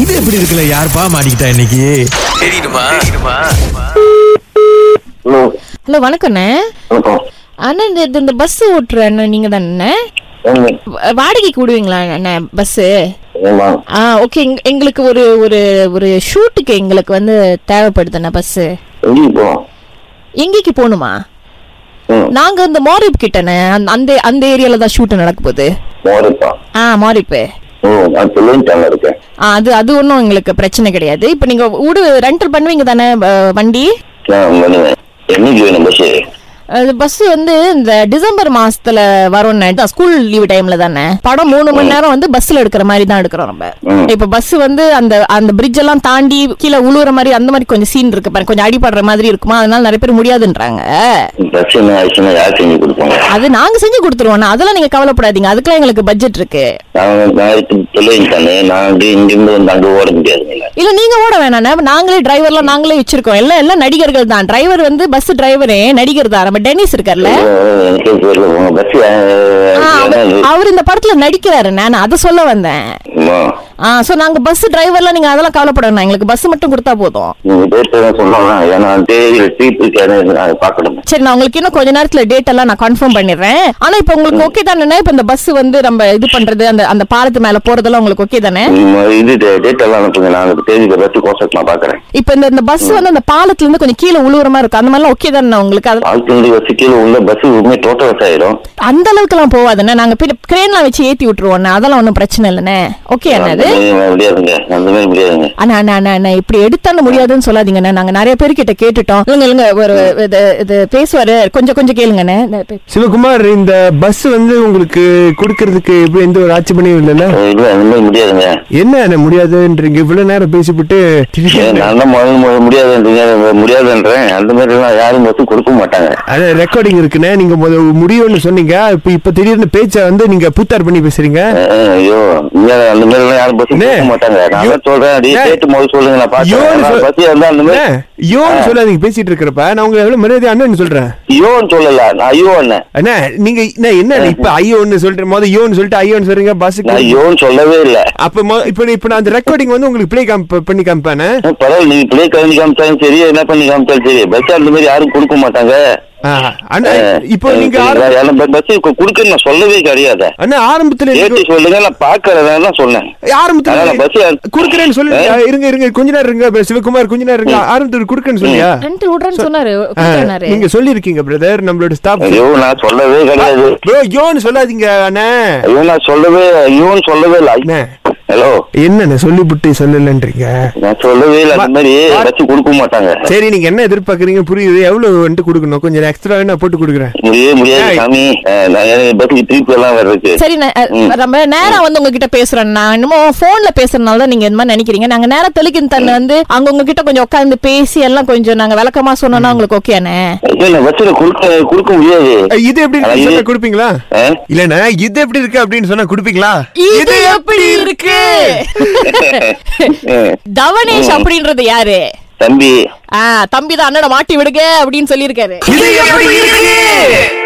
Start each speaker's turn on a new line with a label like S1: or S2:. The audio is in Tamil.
S1: இது எப்படி இருக்குல்ல யாருப்பா மாட்டிக்கிட்டா இன்னைக்கு
S2: ஹலோ
S3: ஹலோ வணக்கண்ணே
S2: வணக்கம்
S3: அண்ணா இந்த இந்த- இந்த பஸ் ஓட்டுற அண்ணா நீங்க தானே
S2: ஏங்க
S3: வாடகைக்கு விடுவீங்களா அண்ணா பஸ்ஸு
S2: ஏமா
S3: ஆ ஓகே எங்களுக்கு ஒரு ஒரு ஒரு ஷூட்டுக்கு எங்களுக்கு வந்து தேவைப்படுதுண்ணா பஸ்ஸு
S2: எங்கேயும் போகலாம்
S3: எங்கேக்கு போகணுமா
S2: ம்
S3: நாங்க இந்த மாரிப் கிட்டண்ணே அந்த- அந்த அந்த ஏரியால தான் ஷூட் நடக்க போகுது
S2: மாறிப்பா
S3: ஆ மாரிப்பு
S2: ம் நான் சொல்லிட்டாங்க இருக்கேன்
S3: ஆ அது அது ஒன்றும் எங்களுக்கு பிரச்சனை கிடையாது இப்போ நீங்க வீடு ரெண்டல் பண்ணுவீங்க தானே ப- வண்டி
S2: நான் பண்ணுவேன் என்னைக்கு வேணும் பஸ்ஸு
S3: அது பஸ் வந்து இந்த டிசம்பர் மாசத்துல வரோம்னு ஸ்கூல் லீவு டைம்ல தானே படம் மூணு மணி நேரம் வந்து பஸ்ல எடுக்கிற மாதிரி தான் எடுக்கிறோம் நம்ம
S2: ம்.
S3: இப்ப பஸ் வந்து அந்த அந்த பிரிட்ஜ் எல்லாம் தாண்டி கீழே உழுவுற மாதிரி அந்த மாதிரி கொஞ்சம் சீன் இருக்கு பாருங்க கொஞ்சம் அடிபடுற மாதிரி இருக்குமா அதனால நிறைய பேர் முடியாதுன்றாங்க
S2: பிரச்சனை ஆயிடுச்சுன்னா யார் செஞ்சு கொடுப்பாங்க
S3: அது நாங்க செஞ்சு கொடுத்துருவோம் அதெல்லாம் நீங்க கவலைப்படாதீங்க அதுக்கெல்லாம் எங்களுக்கு பட்ஜெட் இருக்கு
S2: நான் நான் சொல்லிட்டானே நான் வந்து இங்கிருந்து வந்து அங்கே ஓட முடியாதுங்களா
S3: இல்ல நீங்க ஓட வேணாண்ணே நாங்களே டிரைவர்லாம் நாங்களே வச்சிருக்கோம் எல்லாம் எல்லாம் நடிகர்கள் தான் டிரைவர் வந்து பஸ் டிரைவரே நடிகர் தான் நம்ம டென்னிஸ் இருக்கார்ல
S2: எனக்கு தெரியல உங்க பஸ் э,
S3: ஆ, அவர்- அவர் இந்த படத்துல நடிக்கிறாரு நான் அதை சொல்ல வந்தேன் ஆ சோ நாங்க பஸ் டிரைவர்லாம் நீங்க அதெல்லாம் கவலைப்பட வேணாம் எங்களுக்கு பஸ் மட்டும் கொடுத்தா போதும்
S2: நீங்க பேசுறத சொல்லலாம் ஏன்னா தேதியில சீட் இருக்காது நான் பார்க்கணும்
S3: சரி நான் உங்களுக்கு இன்னும் கொஞ்ச நேரத்துல டேட் எல்லாம் நான் கன்ஃபார்ம் பண்ணிடுறேன் ஆனா இப்போ உங்களுக்கு ஓகே தானே இப்போ இந்த பஸ் வந்து நம்ம இது பண்றது அந்த அந்த பாலத்து மேல போறதெல்லாம் உங்களுக்கு ஓகே தானே
S2: ம், இது டேட் எல்லாம் அனுப்புங்க நான் அந்த தேதியில பஸ் கோசட் நான் பார்க்குறேன்
S3: இப்போ இந்த இந்த பஸ் வந்து அந்த பாலத்துல இருந்து கொஞ்சம் கீழே உழுவுற மாதிரி இருக்கும் அந்த மாதிரிலாம் ஓகே தானே உங்களுக்கு அது-
S2: ஆழ்த்துமடி வசதியில் உள்ள பஸ் உண்மை டோட்டல் ஆயிரும்
S3: அந்த அளவுக்குலாம் போவாதுண்ணே நாங்க கிரேன்லாம் வச்சு ஏத்தி விட்டுருவோம் அதெல்லாம் ஒன்றும் பிரச்சனை இல்லைண்ணே ஓகே என்னது
S2: முடியாதுங்க அந்த மாதிரி முடியாதுங்க
S3: அண்ணா அண்ணா அண்ணா அண்ணா இப்படி எடுத்தாண்ண முடியாதுன்னு சொல்லாதீங்கண்ணா நாங்க நிறைய பேர்கிட்ட கேட்டுட்டோம் இல்லைங்க இல்லைங்க ஒரு இது இது பேசுவாரு கொஞ்சம் கொஞ்சம் கேளுங்கண்ணே இந்த பே-
S4: சிவகுமார் இந்த பஸ் வந்து உங்களுக்கு கொடுக்கறதுக்கு இப்ப எந்த ஒரு ஆட்சேபனையும் இல்லைல்ல
S2: அஹ் இல்ல அந்த மாதிரி முடியாதுங்க
S4: என்ன என்ன முடியாதுன்றீங்க இவ்வளவு நேரம் பேசிவிட்டு திருப்பி
S2: ஏன் நான் தான் முதல்ல முதல்ல முடியாதுன்றீங்க நான் முடியாதுன்றேன் அந்த மாதிரி எல்லாம் யாரும் பஸ் கொடுக்க மாட்டாங்க
S4: அது ரெக்கார்டிங் இருக்குண்ணே நீங்க முத முடியும்னு சொன்னீங்க இப்ப இப்ப திடீர்னு பேச்சை வந்து நீங்க பூத்தார் பண்ணி பேசுறீங்க
S2: அஹ் ஐயோ நீங்க அந்த மாதிரி எல்லாம் யாரும் பஸ்
S4: அண்ணே,
S2: கொடுக்க மாட்டாங்க நான்
S4: ஐயோ,
S2: தான் சொல்றேன் அடி
S4: அண்ணே,
S2: கேட்டு முதல்ல சொல்லுங்க நான்
S4: ஐயோன்னு
S2: பாக்கிறேன்
S4: சொல்-
S2: பஸ் வந்து அந்த மாதிரி
S4: அண்ணே, ஐயோன்னு சொல்லாதீங்க பேசிட்டு இருக்கிறப்ப நான் உங்களை எவ்வளவு மரியாதை அண்ணன்னு சொல்றேன்
S2: ஐயோன்னு சொல்லல நான் ஐயோ அண்ணன்
S4: அண்ணா நீங்க அண்ணே, என்ன இப்ப ஐயோன்னு சொல்றேன் மொத ஐயோன்னு சொல்லிட்டு ஐயோன்னு சொல்றீங்க
S2: நான்
S4: பஸ்ஸுக்கு
S2: ஐயோன்னு சொல்லவே இல்ல
S4: அப்ப மொ- இப்ப இப்ப நான் அந்த ரெக்கார்டிங் வந்து உங்களுக்கு பிளே பண்ணி காமிப்பேன்
S2: அஹ் பரவாயில்ல நீங்க பிள்ளை கலந்து காமிச்சாலும் சரி என்ன பண்ணி காமிச்சாலும் சரி பஸ் அந்த மாதிரி யாரும் கொடுக்க மாட்டாங்க
S4: அண்ணா இப்போ நீங்க ஆர-
S2: பஸ் கொடுக்க நான் சொல்லவே கிடையாது
S4: அண்ணா ஆரம்பத்துல
S2: ஏத்தி
S4: நீங்க-
S2: சொல்லுங்க நான் பாக்குறதா சொன்னேன்
S4: ஆரம்பத்துல
S2: அதனால bus ஏ-
S4: குடுக்கறேன்னு சொல்லி
S2: ஆ?
S4: இருங்க இருங்க கொஞ்ச நேரம் இருங்க bro. சிவகுமார் கொஞ்ச நேரம் இருங்க ஆரம்பத்துல குடுக்கறேன்னு சொல்லியா
S3: ரெண்டு விடுறேன்னு சொன்னாரு
S4: ஆ,
S3: கொடுத்தாரு
S4: நீங்க சொல்லிருக்கீங்க பிரதர் நம்மளோட ஸ்டாப்
S2: ஐயோ நான் சொல்லவே கிடையாது
S4: ப்ரோ யோன்னு சொல்லாதீங்க அண்ணே
S2: ஐயோ நான் சொல்லவே ஐயோன்னு சொல்லவே
S4: அண்ணே
S2: இல்லை ஹலோ
S4: என்னண்ணே சொல்லிவிட்டு சொல்லலன்றீங்க
S2: நான் சொல்லவே இல்லை அந்த மாதிரி
S4: பா-
S2: வச்சு கொடுக்க மாட்டாங்க
S4: சரி நீங்க என்ன எதிர்பார்க்கறீங்க புரியுது எவ்வளவு வந்துட்டு கொடுக்கணும் கொஞ்சம் எக்ஸ்ட்ரா நான் போட்டு கொடுக்குறேன்
S2: முடியவே முடியாது
S4: ஏய்.
S2: சாமி அஹ், நான் எனக்கு பஸ்ஸுக்கு திருப்பி எல்லாம் வர்றதுக்கு
S3: சரி நான், அஹ்,
S2: ம்.
S3: நம்ம நேரா வந்து உங்ககிட்ட பேசுறேன் நான் என்னமோ போன்ல பேசுறதுனால தான் நீங்க இந்த மாதிரி நினைக்கிறீங்க நாங்க நேரா தெலுக்கின் தன்னை வந்து அங்க உங்ககிட்ட கொஞ்சம் உட்கார்ந்து பேசி எல்லாம் கொஞ்சம் நாங்க விளக்கமா சொன்னோம்னா உங்களுக்கு ஓகேண்ணே
S2: ஐயோ நான் பஸ்ஸில் கொடுக்க கொடுக்க முடியாது
S4: அஹ், இது எப்படி
S2: ஆனா
S4: இருக்கு
S2: இது-
S4: சொன்னா கொடுப்பீங்களா
S2: அஹ்?
S4: இல்லண்ணே இது எப்படி இருக்கு அப்படின்னு சொன்னா கொடுப்பீங்களா
S3: இது எப்படி இருக்கு
S2: அஹ்,
S3: தவனேஷ் அப்படின்றது யாரு
S2: தம்பி
S3: ஆஹ் தம்பி தான் அண்ணனை மாட்டி விடுங்க அப்படின்னு சொல்லியிருக்காரு
S4: இது எப்படி இருக்கு